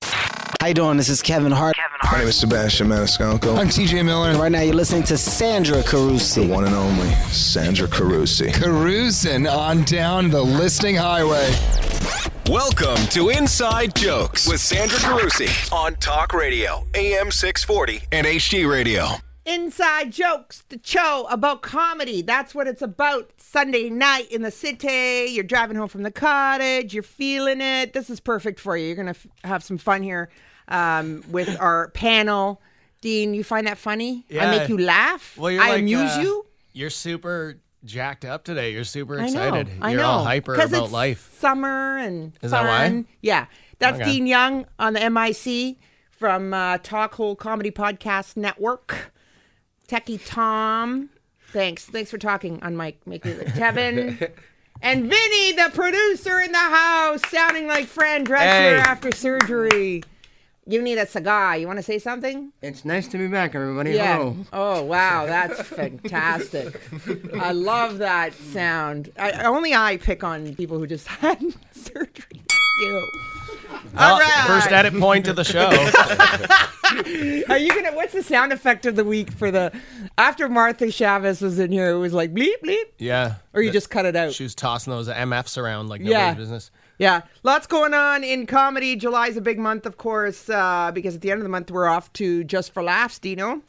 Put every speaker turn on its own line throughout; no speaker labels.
How you doing? This is Kevin Hart.
My name is Sebastian Maniscalco.
I'm TJ Miller.
Right now, you're listening to Sandra Carusi.
One and only Sandra Carusi.
Carousing on down the listening highway.
Welcome to Inside Jokes with Sandra Carusi on Talk Radio, AM 640, and HD Radio.
Inside Jokes, the show about comedy. That's what it's about. Sunday night in the city. You're driving home from the cottage. You're feeling it. This is perfect for you. You're going to f- have some fun here um, with our panel. Dean, you find that funny? I
Yeah.
make you laugh?
Well, you're
I
like,
amuse
uh,
you?
You're super jacked up today. You're super
I know.
excited.
I
you're
know.
all hyper
'Cause
about
it's
life.
Summer and
Is that
fun.
why?
Yeah. That's
Okay.
Dean Young on the MIC from uh, Talk Hole Comedy Podcast Network. Techie Tom. Thanks. Thanks for talking on Mike. Make me Kevin. And Vinny, the producer in the house, sounding like Fran Drescher
Hey.
after surgery. You need a cigar. You want to say something?
It's nice to be back, everybody.
Yeah.
Hello.
Oh wow, that's fantastic. I love that sound. I, only I pick on people who just had surgery. You. All
Well,
right.
First edit point to the show.
Are you gonna? What's the sound effect of the week for the? After Martha Chavez was in here, it was like bleep bleep,
yeah.
or you just cut it out.
She was tossing those MFs around like nobody's
Yeah.
business.
Yeah, lots going on in comedy. July's a big month, of course, uh, because at the end of the month we're off to Just for Laughs. Dino,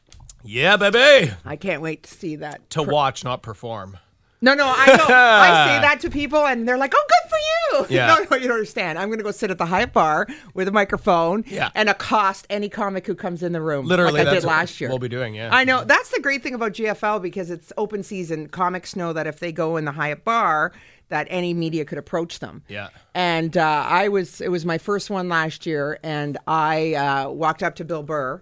Yeah, baby.
I can't wait to see that.
To watch, not perform.
No, no, I know. I say that to people, and they're like, "Oh, good for you."
Yeah.
No, no, you don't understand. I'm going to go sit at the high bar with a microphone
Yeah.
and accost any comic who comes in the room.
Literally,
like I
that's
did
what
last year.
we'll be doing, yeah.
I know. That's the great thing about GFL because it's open season. Comics know that if they go in the Hyatt bar, that any media could approach them.
Yeah.
And uh, I was, it was my first one last year, and I uh, walked up to Bill Burr,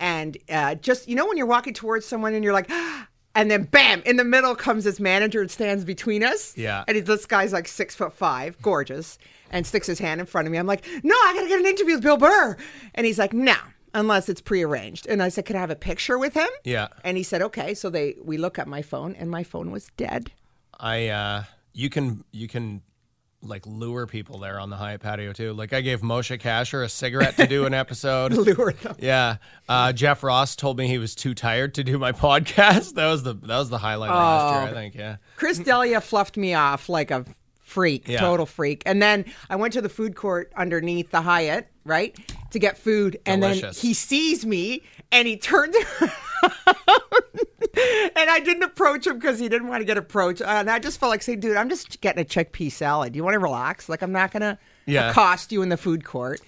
and uh, just, you know, when you're walking towards someone and you're like, and then bam, in the middle comes his manager and stands between us.
Yeah.
And he- this guy's like six foot five, gorgeous, and sticks his hand in front of me. I'm like, no, I gotta get an interview with Bill Burr. And he's like, no, unless it's prearranged. And I said, can I have a picture with him?
Yeah.
And he said, okay. So they we look at my phone, and my phone was dead.
I uh you can you can like lure people there on the Hyatt patio too. Like I gave Moshe Kasher a cigarette to do an episode.
Lure them.
Yeah. Uh, Jeff Ross told me he was too tired to do my podcast. That was the that was the highlight last year,
Oh.
I think. Yeah.
Chris Delia fluffed me off like a freak,
Yeah.
total freak. And then I went to the food court underneath the Hyatt, right, to get food. And then
Delicious.
he sees me and he turns around. and I didn't approach him because he didn't want to get approached. And I just felt like saying, dude, I'm just getting a chickpea salad. You want to relax? Like, I'm not going to
Yeah.
accost you in the food court.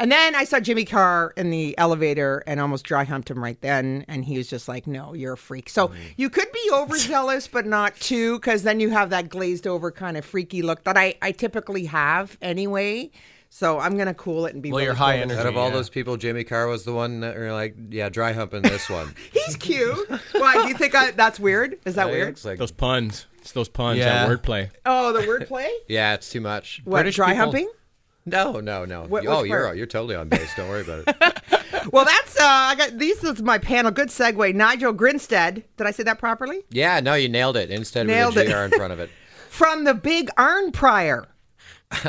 And then I saw Jimmy Carr in the elevator and almost dry humped him right then. And he was just like, no, you're a freak.
Mm.
So you could be overzealous, but not too, because then you have that glazed over kind of freaky look that I, I typically have anyway. So I'm going to cool it and be
Well,
really
you're high
cool.
energy.
Out of all
yeah.
those people, Jamie Carr was the one that were like, yeah, dry humping this one.
He's cute. Why? Do you think I, that's weird? Is that weird?
It's like,
Those puns. It's those puns.
Yeah.
That wordplay.
Oh, the wordplay?
yeah, it's too much.
What,
British
dry
people-
humping?
No, no, no.
What-
oh,
which
you're
part?
you're totally on base. Don't worry about it.
Well, that's, uh, I got, these is my panel. Good segue. Nigel Grinstead. Did I say that properly?
Yeah, no, you nailed it. Instead,
Nailed
with
it.
a gr in front of it.
From the Big Iron Prior.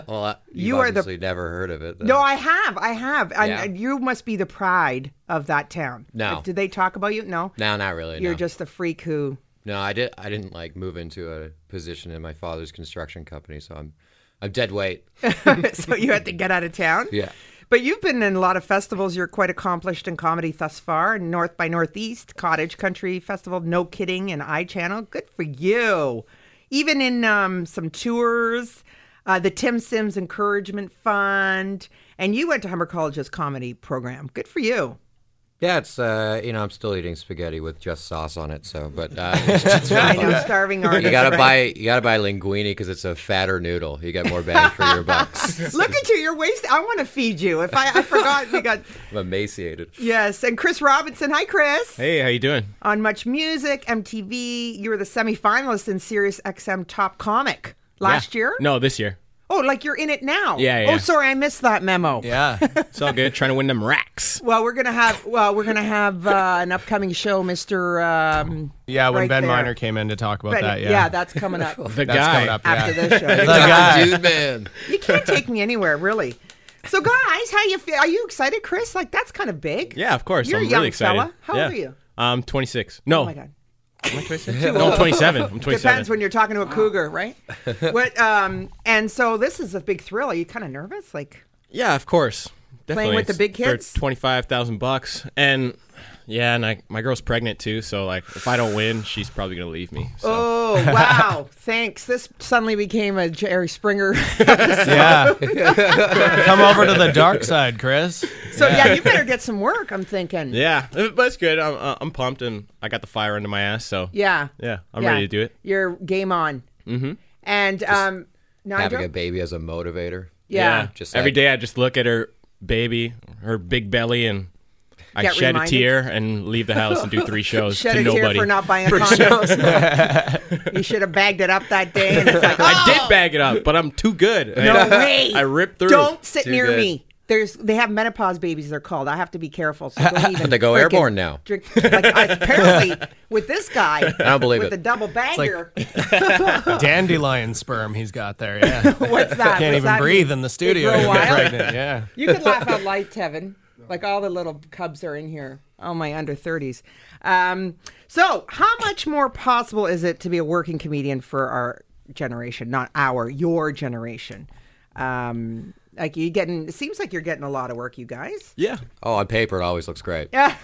Well, uh, you've
You are the-
obviously never heard of it. then.
No, I have. I have. And
Yeah.
and you must be the pride of that town.
No.
Like, Did they talk about you? No.
no, not really.
You're
no.
just the freak who.
no. I did. I didn't like move into a position in my father's construction company, so I'm I'm dead weight.
so you had to get out of town?
Yeah.
But you've been in a lot of festivals. You're quite accomplished in comedy thus far. North by Northeast, Cottage Country Festival, No Kidding, and I Channel. Good for you. Even in um, some tours, uh, the Tim Sims Encouragement Fund. And you went to Humber College's comedy program. Good for you.
Yeah, it's uh, you know I'm still eating spaghetti with just sauce on it. So, but uh, it's- it's
I
really fun.
know, starving artist.
You gotta
right?
buy you gotta buy linguine because it's a fatter noodle. You get more bang for your buck.
Look at you, you're wasting. I want to feed you. If I, I forgot, we got
I'm emaciated.
yes. And Chris Robinson, hi Chris.
Hey, how you doing?
On Much Music, MTV, you were the semifinalist in Sirius XM Top Comic last
Yeah.
year.
No, this year.
Oh, like you're in it now.
Yeah, yeah.
Oh, sorry, I missed that memo.
Yeah.
It's all good. Trying to win them racks.
Well, we're gonna have well, we're gonna have uh, an upcoming show, Mister. Um,
Yeah, when
right
Ben
there.
Miner came in to talk about
Ben-
that. Yeah.
that's coming up
The
That's
guy.
coming up.
after
yeah.
this show.
The guy.
Dude, man.
You can't take me anywhere, really. So guys, how you feel? Are you excited, Chris? Like that's kind of big.
Yeah, of course.
You're
I'm
a young
really excited.
fella. How
yeah.
old are you?
I'm 26. No.
Oh my god.
Am I 26? no, I'm 27. I'm 27.
Depends when you're talking to a cougar, right? what? Um, and so this is a big thrill. Are you kind of nervous? Like,
Yeah, of course. Definitely.
with the big
It's for
kids?
twenty-five thousand bucks, and yeah, and I, my girl's pregnant too. So like, if I don't win, she's probably gonna leave me. So.
oh wow, thanks. This suddenly became a Jerry Springer.
Yeah. Come over to the dark side, Chris.
so yeah, you better get some work. I'm thinking.
Yeah, but it's good. I'm uh, I'm pumped, and I got the fire under my ass. So
Yeah.
yeah, I'm ready to do it.
You're game on. Mm-hmm. And um,
Having a
Nigel.
baby as a motivator.
Yeah.
just
every
that-
day I just look at her baby, her big belly, and I
Get
shed
reminded.
a tear and leave the house and do three shows
Shed
to
a tear
nobody.
for not buying a condom. you should have bagged it up that day. And it's like, "Oh."
I did bag it up, but I'm too good. No I,
way.
I ripped through.
Don't sit
Too
near
good.
me. There's they have menopause babies. They're called. I have to be careful. So don't even.
They go
freaking
airborne now.
Drink like I, apparently with this guy. I
don't believe
with
it.
the double bagger.
Dandelion sperm he's got there. Yeah.
What's that? What's
Can't even
that
breathe
mean?
in the studio.
grow
when you're
wild?
pregnant. Yeah.
You could laugh out loud, Tevin. Like all the little cubs are in here. Oh my, under thirties. Um, so how much more possible is it to be a working comedian for our generation? Not our, your generation. Um, like you getting. It seems like you're getting a lot of work, you guys.
Yeah,
Oh, on paper it always looks great.
Yeah.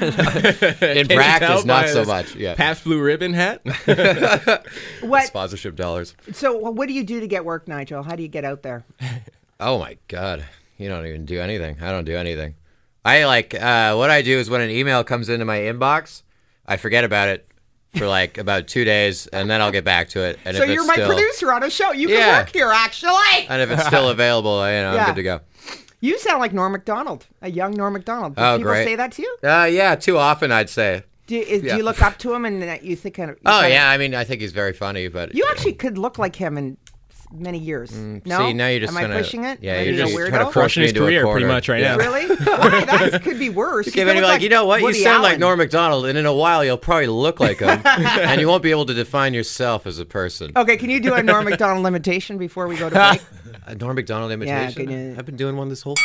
In
Can you tell by
practice, not so
this
much. Yeah.
Pabst Blue Ribbon hat.
What?
Sponsorship dollars.
So, wh- what do you do to get work, Nigel? How do you get out there?
Oh my god, you don't even do anything. I don't do anything. I like uh, what I do is when an email comes into my inbox, I forget about it for like about two days, and then I'll get back to it. And
So
if
you're
it's
my
still,
producer on a show. You can
Yeah.
work here, actually.
and if it's still available, you know,
Yeah.
I'm good to go.
You sound like Norm Macdonald, a young Norm Macdonald. Do
Oh,
people
great.
say that to you?
Uh, yeah, too often I'd say.
Do, is, do
Yeah.
you look up to him and that you think kind of? you
Oh
kind of-
yeah, I mean, I think he's very funny, but
You actually could look like him in s- many years. no,
Mm, see, now you're just
am
trying
I pushing it?
Yeah,
Am I
you're
being
just
a
trying
weirdo?
to
Crushing
push me
his
into
career
a corner.
pretty much right
yeah.
now.
Really? Why? That could be worse. You
Give
could
anybody
look
like, you know what?
Woody
you sound like
Allen.
Norm Macdonald, and in a while you'll probably look like him, and you won't be able to define yourself as a person.
Okay, can you do a Norm Macdonald imitation before we go to break?
A Uh, Norm Macdonald imitation.
can you-
I've been doing one this whole.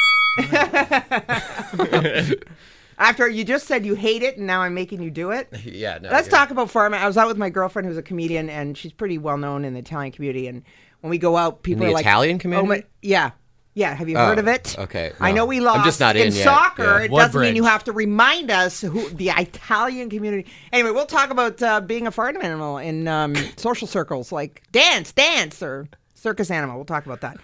After you just said you hate it, and now I'm making you do it.
Yeah. No,
Let's
you're-
talk about farming. I was out with my girlfriend who's a comedian, and she's pretty well known in the Italian community. And when we go out, people
the
are like
Italian
Oh my,
community?
yeah, yeah. Have you
Oh,
heard of it?
okay,
I
no.
know we
I'm
lost.
just not
in,
in yet,
soccer.
yeah.
It doesn't mean
Woodbridge.
you have to remind us who the Italian community. Anyway, we'll talk about uh, being a farm animal in um, social circles, like dance, dance, or circus animal. We'll talk about that.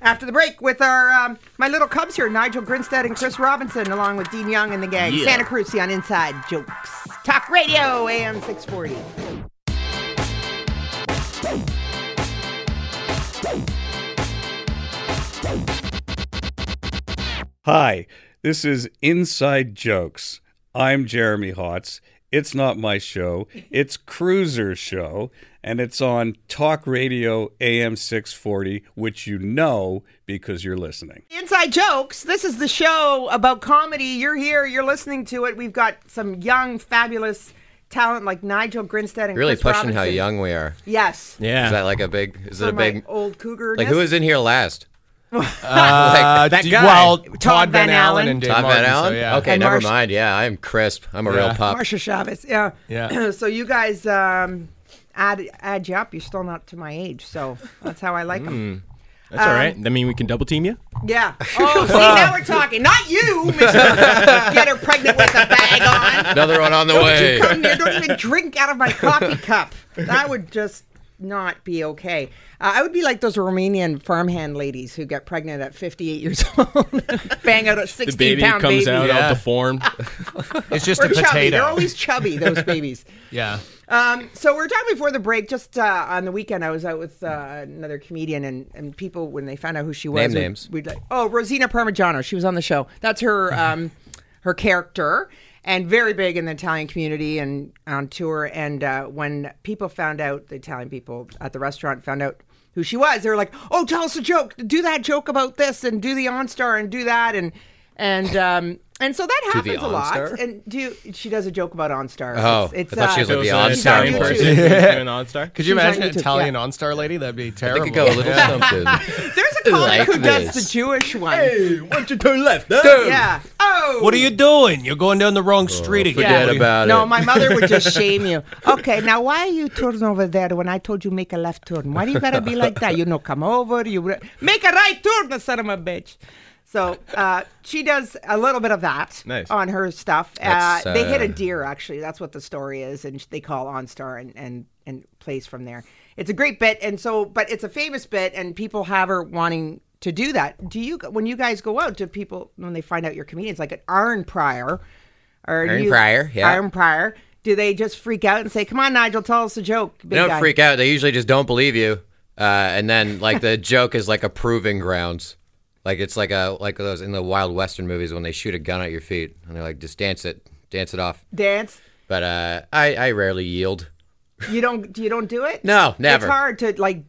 After the break, with our um, my little cubs here, Nigel Grinstead and Chris Robinson, along with Dean Young and the gang, Santa Cruz on Inside Jokes Talk Radio, AM six forty.
Hi, this is Inside Jokes. I'm Jeremy Hotz. It's not my show, it's Cruiser's show, and it's on Talk Radio AM 640, which you know because you're listening.
Inside Jokes. This is the show about comedy. You're here, you're listening to it. We've got some young, fabulous talent like Nigel Grinstead and
Really
Chris
pushing how
Robinson.
young we are.
Yes.
Is that
Yeah,
like a big? Is it
For
a
my
big?
old cougar.
Like who was in here last?
Uh,
Like,
d-
guy.
Well, Todd,
Van Allen.
Van, Allen and Dave
Tom
Martin,
Van Allen.
So, yeah.
Okay,
And
never
Marsh-
mind. Yeah, I am crisp. I'm a real
Yeah.
pup.
Marsha Chavez? Yeah.
Yeah.
so you guys um, add add you up. You're still not to my age, so that's how I like them.
that's
Um,
all right. That mean we can double team you.
Hmm.
Yeah. Oh, see, now we're talking. Not you, Mr. Get her pregnant with a bag on.
Another one on the way.
come near. Don't even drink out of my coffee cup. That would just not be okay. Uh, I would be like those Romanian farmhand ladies who get pregnant at 58 years old, bang out a 16
The baby
pound
comes
baby.
out
Oh, Yeah.
all deformed.
It's just
Or
a
chubby. They're
potato.
always chubby, those babies.
yeah.
Um, so we are talking before the break. Just uh, on the weekend, I was out with uh, another comedian, and, and people when they found out who she was,
Name
we'd-
names. Uh-huh.
We'd, like, oh, Rosina Parmigiano. She was on the show. That's her um, her character, and very big in the Italian community and on tour. And uh, when people found out, the Italian people at the restaurant found out who she was. They were like, oh, tell us a joke. Do that joke about this, and do the OnStar, and do that, and and um, and so that
the
happens a lot.
OnStar?
And do you, she does a joke about OnStar?
Oh, I thought
uh,
she was like the
It was
OnStar
an
she's on
Italian
YouTube.
person doing OnStar.
Could you
She's on
imagine an
YouTube,
Italian
yeah.
OnStar lady? That'd be
They
terrible.
could go a little
Yeah.
something.
There's a comic who
like
does
this.
the Jewish one.
Once you turn left,
Yeah. Oh.
What are you doing? You're going down the wrong street again.
forget
What are you-
about
no,
it.
my mother would just shame you. Okay, now why are you turning over there when I told you make a left turn? Why do you gotta be like that? You know, come over. You re- make a right turn, the son of a bitch. So uh, she does a little bit of that
Nice.
on her stuff. Uh,
That's,
they hit a
uh,
deer, actually. That's what the story is, and they call OnStar and and and plays from there. It's a great bit, and so, but it's a famous bit, and people have her wanting to do that. Do you when you guys go out? Do people when they find out you're comedians like an Iron Prior? Or do
Aaron
you-
Pryor, yeah.
Aaron Pryor. Do they just freak out and say, "Come on, Nigel, tell us a joke"? Big
They don't
guy."
freak out. They usually just don't believe you, uh, and then like the joke is like a proving grounds. Like it's like a like those in the wild western movies when they shoot a gun at your feet and they're like, just dance it, dance it off.
Dance.
But uh, I I rarely yield.
You don't. You don't do it.
No, never.
It's hard to like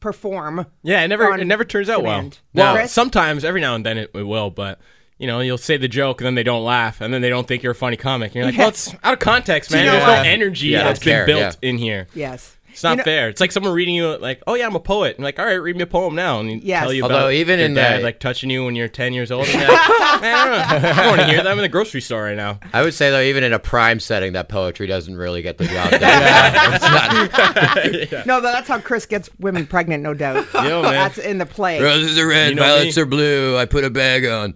perform.
Yeah, it never
on
it never turns out well.
demand.
Well,
Chris?
sometimes every now and then it, it will, but you know, you'll say the joke and then they don't laugh and then they don't think you're a funny comic. And you're like, well, it's out of context, man.
you know
There's
what?
no energy
Yeah, I
that's
don't
been
care,
built
yeah.
in here.
Yes.
It's not
You know-
fair. It's like someone reading you like, "Oh yeah, I'm a poet." And like, "All right, read me a poem now." And you
Yes.
tell you
Although
about
even
your
in
dad,
the-
like touching you when you're 10 years old. And you're like, man, I, don't know. I want to hear that. I'm in the grocery store right now.
I would say though, even in a prime setting, that poetry doesn't really get the job done. It's not-
No, but that's how Chris gets women pregnant, no doubt.
Yo, man.
That's in the play.
Roses are red,
You know
violets
me.
are blue. I put a bag on.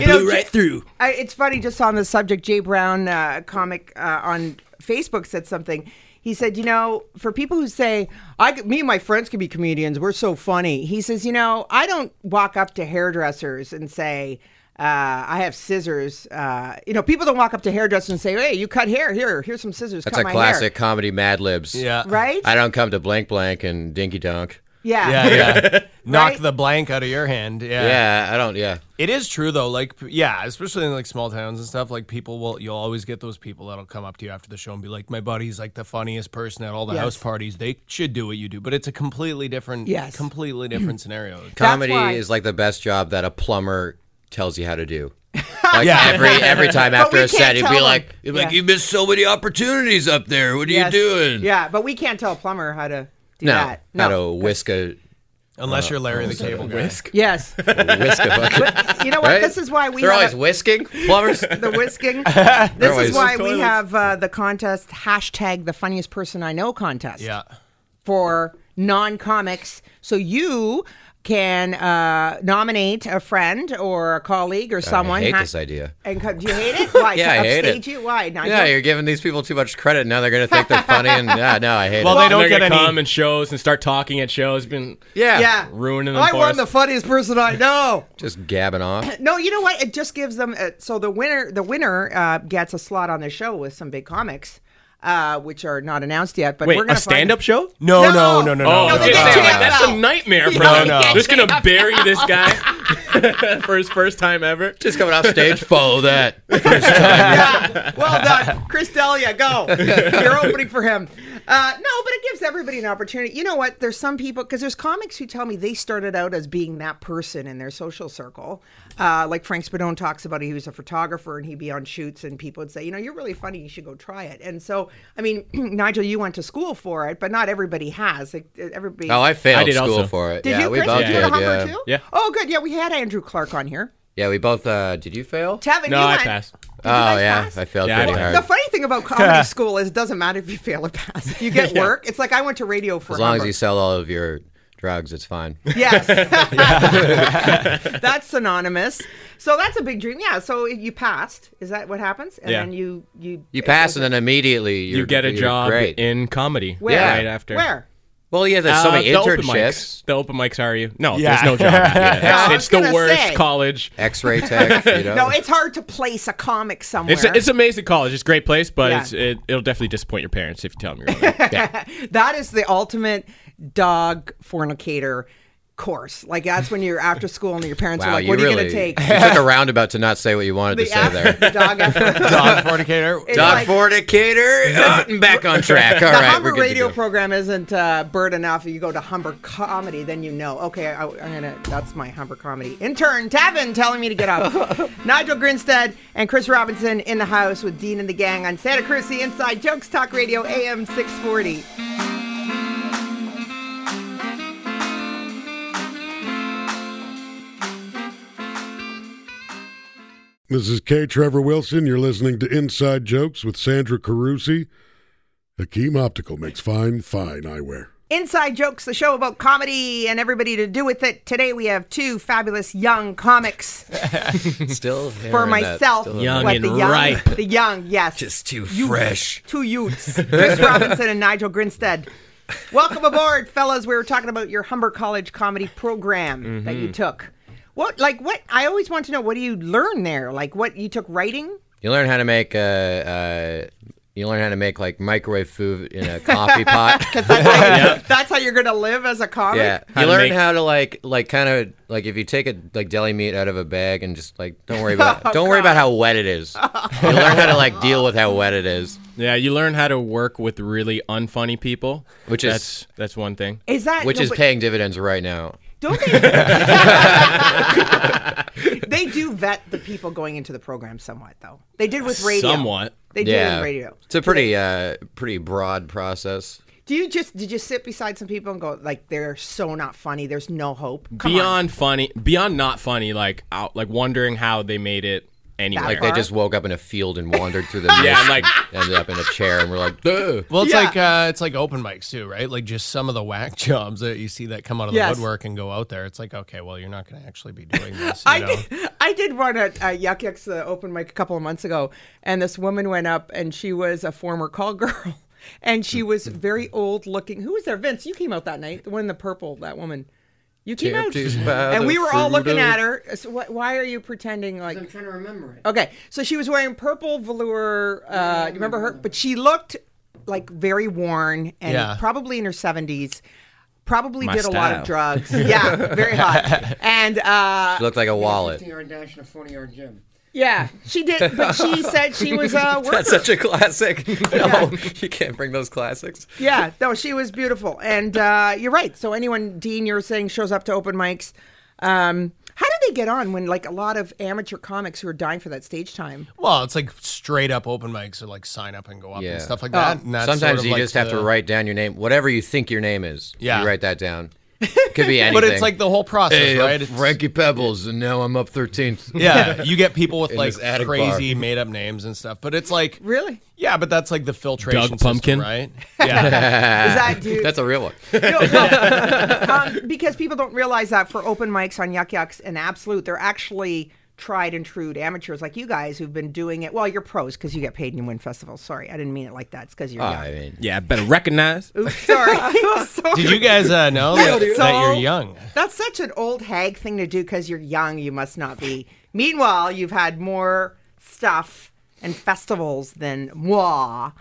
You know, J-
through.
I, it's funny, just on the subject, Jay Brown, uh, comic uh, on Facebook, said something. He said, you know, for people who say, I, could- me and my friends can be comedians, we're so funny. He says, you know, I don't walk up to hairdressers and say, uh, I have scissors. Uh, you know, people don't walk up to hairdressers and say, hey, you cut hair. Here, here's some scissors.
That's
cut
a
my
classic comedy Mad Libs.
Yeah.
Hair. Right?
I don't come to blank blank and dinky donk.
yeah.
Yeah, yeah. Knock
Right?
the blank out of your hand. Yeah.
Yeah, I don't. Yeah.
It is true though. Like, p- yeah, especially in like small towns and stuff. Like, people will. You'll always get those people that'll come up to you after the show and be like, "My buddy's like the funniest person at all the
Yes.
house parties. They should do what you do." But it's a completely different,
Yes.
completely different scenario.
comedy
why-
is like the best job that a plumber tells you how to do. Like
Yeah.
every every time after
we
a set,
can't
he'd
tell
be
them.
like, he'd be like
Yeah.
"You missed so many opportunities up there. What are
Yes.
you doing?"
Yeah, but we can't tell a plumber how to do
No,
that.
how to whisk a
Unless you're Larry the Cable Guy.
Yes.
whisk a bucket.
you know what?
Right?
This is why we
They're
have
always
a-
whisking plumbers.
the whisking. this
always-
is why we
Toilets.
have uh, the contest hashtag the funniest person I know contest
Yeah.
for non comics. So you can uh, nominate a friend or a colleague or someone.
I hate
ha-
this idea.
And co- do you hate it? Why?
Yeah,
to
I hate it.
upstage you? Why? Not
Yeah, you're giving these people too much credit. Now they're gonna think they're funny, and yeah, no, I hate
Well,
it.
they don't
They're
get
gonna
any.
come and shows and start talking at shows. Been
yeah,
yeah.
ruining them
I
for
won
us.
the funniest person I know.
just gabbing off.
No, you know what? It just gives them. A, so the winner, the winner uh, gets a slot on the show with some big comics, uh, which are not announced yet. But
wait
we're
a
gonna find-
stand-up show.
No, no,
No.
no, no,
Oh,
no. no,
I
No,
was
they
gonna
get
say,
to
like,
it.
that's
No.
a nightmare, bro.
No, no.
Just gonna bury this guy for his first time ever.
Just coming off stage, follow that.
yeah. Well done. Chris Delia, go. You're opening for him. Uh, no, but it gives everybody an opportunity. You know what? There's some people, because there's comics who tell me they started out as being that person in their social circle. Uh, like Frank Spadone talks about, he was a photographer and he'd be on shoots and people would say, you know, you're really funny. You should go try it. And so, I mean, Nigel, you went to school for it, but not everybody has. Like, e, everybody.
Oh, I failed
I did
school
also.
for it.
did
yeah,
you,
we
Chris?
both
did you go to
did.
Humber
yeah.
too?
Yeah.
Oh, good. Yeah, we had Andrew Clark on here.
Yeah, we both. uh Did you fail?
Tevin,
No,
you
I
went.
passed.
Did you
oh
guys
yeah,
pass?
I failed
Yeah, I
pretty
did.
hard.
The funny thing about comedy school is it doesn't matter if you fail or pass. If you get work, it's like I went to radio for
as long as you sell all of your drugs, it's fine.
Yes. that's synonymous. So that's a big dream. Yeah. So you passed. Is that what happens? And
Yeah.
then you you
You pass, and then immediately you're,
You get a
you're
job
Great.
in comedy
Where?
right after.
Where?
well, yeah, there's
Uh,
so many
the open mics.
internships,
The open mics are you? No,
Yeah.
there's no job. out here.
Yeah, I
It's,
was
it's the
gonna
worst
say.
college.
X-ray tech. You know?
No, it's hard to place a comic somewhere.
It's it's an amazing college. It's a great place, but
Yeah.
it's, it, it'll definitely disappoint your parents if you tell them you're going there.
that is the ultimate dog fornicator course. Like that's when you're after school and your parents
wow,
are like,
you
"What are
really
you going to take?"
you took a roundabout to not say what you wanted to
The
say
after
there.
the dog after.
Dog fornicator.
It's
Dog
like-
fornicator, uh, and back on track. All
the
right,
Humber
we're good
radio
to go.
program isn't uh, bird enough. You go to Humber comedy, then you know. Okay, I, I'm gonna. That's my Humber comedy intern Tavin telling me to get up. Nigel Grinstead and Chris Robinson in the house with Dean and the gang on Santa Cruz the Inside Jokes Talk Radio AM 640.
This is K. Trevor Wilson. You're listening to Inside Jokes with Sandra Carusi. Hakeem Optical makes fine, fine eyewear.
Inside Jokes, the show about comedy and everybody to do with it. Today we have two fabulous young comics
Still
for
hearing that,
myself.
still-
Young
Like the
and
young,
ripe.
The young, yes.
Just too fresh.
Two youths, Chris Robinson and Nigel Grinstead. Welcome aboard, fellas. We were talking about your Humber College comedy program that
Mm-hmm.
you took. What, like, what? I always want to know what do you learn there? Like, what you took writing?
You learn how to make uh, uh, you learn how to make like microwave food in a coffee pot.
That's how you're going to live as a comic.
Yeah,
How
you
to
learn
make-
how to like, like, kind of like if you take a like deli meat out of a bag and just like don't worry about don't worry about how wet it is. you learn how to like deal with how wet it is,
Yeah, you learn how to work with really unfunny people,
Which is-
that's, that's one thing.
Is that
which
no,
is
but
paying dividends right now.
Don't they? they do vet the people going into the program somewhat, though. They did with radio.
Somewhat.
They did
yeah,
with radio.
it's a pretty uh pretty broad process.
Do you just did you sit beside some people and go like they're so not funny? There's no hope. Come on.
beyond funny, beyond not funny, like out, like wondering how they made it anywhere.
That
Like
far?
they just woke up in a field and wandered through the
Yeah,
mist
like-
and ended up in a chair and we're like, Duh.
Well, it's
Yeah.
like uh, it's like open mics too, right? Like just some of the whack jobs that you see that come out of
Yes.
the woodwork and go out there. It's like, okay, well, you're not going to actually be doing this. You
I
know?
did, I did one at uh, Yuck Yucks uh, open mic a couple of months ago, and this woman went up and she was a former call girl, and she was very old looking. Who was there? Vince, you came out that night. The one in the purple, that woman. You came out,
Tempted by
and
the
we were all
fruit
looking
of-
at her. So wh- why are you pretending like? I'm trying to remember it. Okay, so she was wearing purple velour. Uh, you remember her? But she looked like very worn and
Yeah.
probably in her seventies. Probably
My
did a lot of
style.
drugs. yeah, very hot. And uh,
looked like a wallet.
yeah, she did, but she said she was uh, a worker.
That's such a classic. No, you can't bring those classics.
yeah, no, she was beautiful, and uh, you're right. So anyone, Dean, you're saying shows up to open mics. Um, how do they get on when like a lot of amateur comics who are dying for that stage time?
Well, it's like straight up open mics or like sign up and go up
Yeah. Oh,
and stuff like that. and that's
Sometimes
sort of
you
like
just have to
the-
write down your name, whatever you think your name is.
Yeah.
you write that down. Could be anything.
But it's like the whole process,
Hey, I'm
right? It's-
Frankie Pebbles, and now I'm up 13th.
yeah, you get people with
In
like
this attic
crazy made up names and stuff. But it's like
Really?
Yeah, but that's like the filtration
Doug
system,
Pumpkin?
right? Yeah.
Is that do
That's a real one.
No, no. um, because people don't realize that for open mics on Yuck Yucks and Absolute, they're actually tried and true amateurs like you guys who've been doing it. Well, you're pros because you get paid and you win festivals. Sorry, I didn't mean it like that. It's because you're young.
I mean,
Yeah, better recognize.
Oops, sorry. sorry.
Did you guys uh, know that,
dude.
that you're
So-
young?
That's such an old hag thing to do because you're young. You must not be. Meanwhile, you've had more stuff and festivals than moi.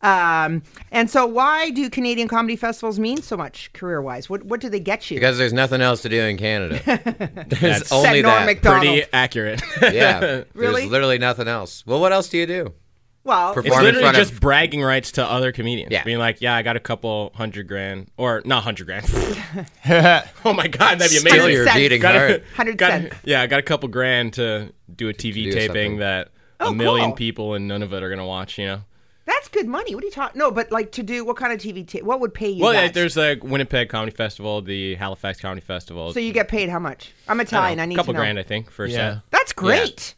Um, and so, why do Canadian comedy festivals mean so much career wise? What what do they get you?
because there's nothing else to do in Canada. There's
That's
only
Said Norm
that.
Macdonald.
Pretty accurate.
Yeah.
Really?
There's literally nothing else. Well, what else do you do?
well,
Perform-
It's
in
literally
front of-
just bragging rights to other comedians.
Yeah.
Being like, yeah, I got a couple hundred grand. Or not hundred grand. oh my God, that'd be amazing.
Still, you're
cents.
beating
Gotta-
hard.
hundred
Got-
cent.
yeah, I got a couple grand to do a TV
do
taping
something.
that
Oh,
a million
cool.
people and none of it are gonna watch. You know.
That's good money. What are you talking? No, but like to do what kind of TV? T- what would pay you?
Well, yeah,
that?
there's like Winnipeg Comedy Festival, the Halifax Comedy Festival.
so you get paid how much? I'm
I don't know,
Italian. I, need
a couple
to know.
grand, I think, for a
Yeah.
set.
That's great.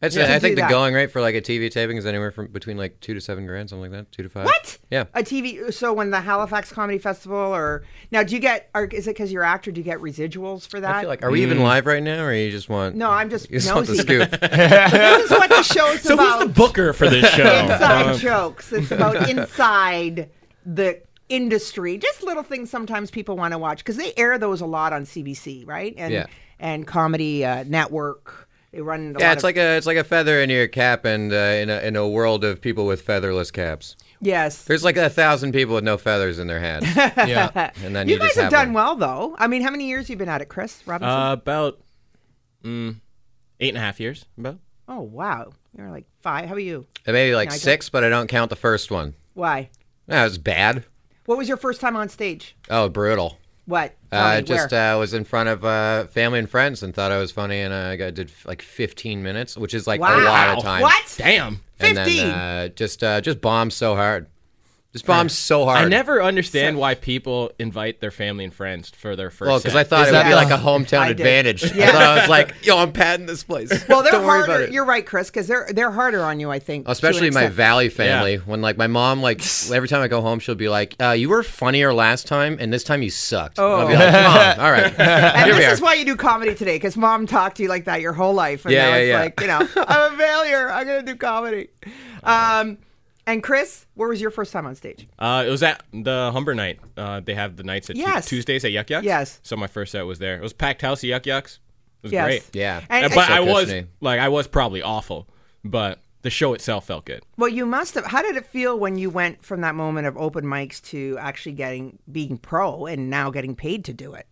That's
Yeah.
I
To do
think the
that.
going rate for like a TV taping is anywhere from between like two to seven grand, something like that. Two to five.
What?
Yeah.
A TV. So when the Halifax Comedy Festival, or now, do you get? Or is it because you're an actor? Do you get residuals for that?
I feel like, are we even live right now, or you just want?
No, I'm just
You just want the
nosy.
scoop.
this is what the show's
So
about.
who's the booker for this show?
inside
Uh,
jokes. It's about inside the industry. Just little things sometimes people want to watch because they air those a lot on CBC, right? And
Yeah.
and Comedy uh, Network. They run. A
Yeah,
lot
it's
of-
like a it's like a feather in your cap, and uh, in a in a world of people with featherless caps,
yes.
there's like a thousand people with no feathers in their hats,
Yeah.
and then you,
You guys
just
have done
one.
well though. I mean, how many years you been at it, Chris Robinson?
Uh, about mm, eight and a half years. About.
oh wow, you're like five. How are you?
And Maybe like
I don't-
six, but I don't count the first one.
Why?
That was bad.
What was your first time on stage?
Oh, brutal.
What? Tell
I
me,
just
where?
uh, was in front of uh, family and friends and thought I was funny, and uh, I got- did like 15 minutes, which is like a lot of time.
What?
Damn.
And
15?
then uh, just uh, just bombed uh, so hard. Just bombs so hard.
I never understand why people invite their family and friends for their first.
Well, because I thought
Is
it would
that
be like
the-
a hometown
I did.
advantage. I
Yeah.
thought I was like, yo, I'm patting this place.
Well, they're
Don't worry about
harder.
it. Oh,
You're right, Chris, because they're they're harder on you. I think, to an
Especially my
extent.
Valley family, when like my mom, like every time I go home, she'll be like, uh, "You were funnier last time, and this time you sucked." And I'll be like, "Mom, all right,
Oh. And
here we
this
are."
is why you do comedy today, because mom talked to you like that your whole life. And
Yeah,
now
yeah,
it's
yeah.
like, you know, I'm a failure. I'm going to do comedy. Um, and Chris, where was your first time on stage?
Uh, it was at the Humber night. Uh, they have the nights at Tu-
Yes.
Tuesdays at Yuck Yucks.
Yes.
So my first set was there. It was packed house at Yuck Yucks. It was
Yes.
great.
Yeah.
And,
Uh,
and-
but
so
I was
cushiony.
like, I was probably awful, but the show itself felt good.
well, you must have. How did it feel when you went from that moment of open mics to actually getting being pro and now getting paid to do it?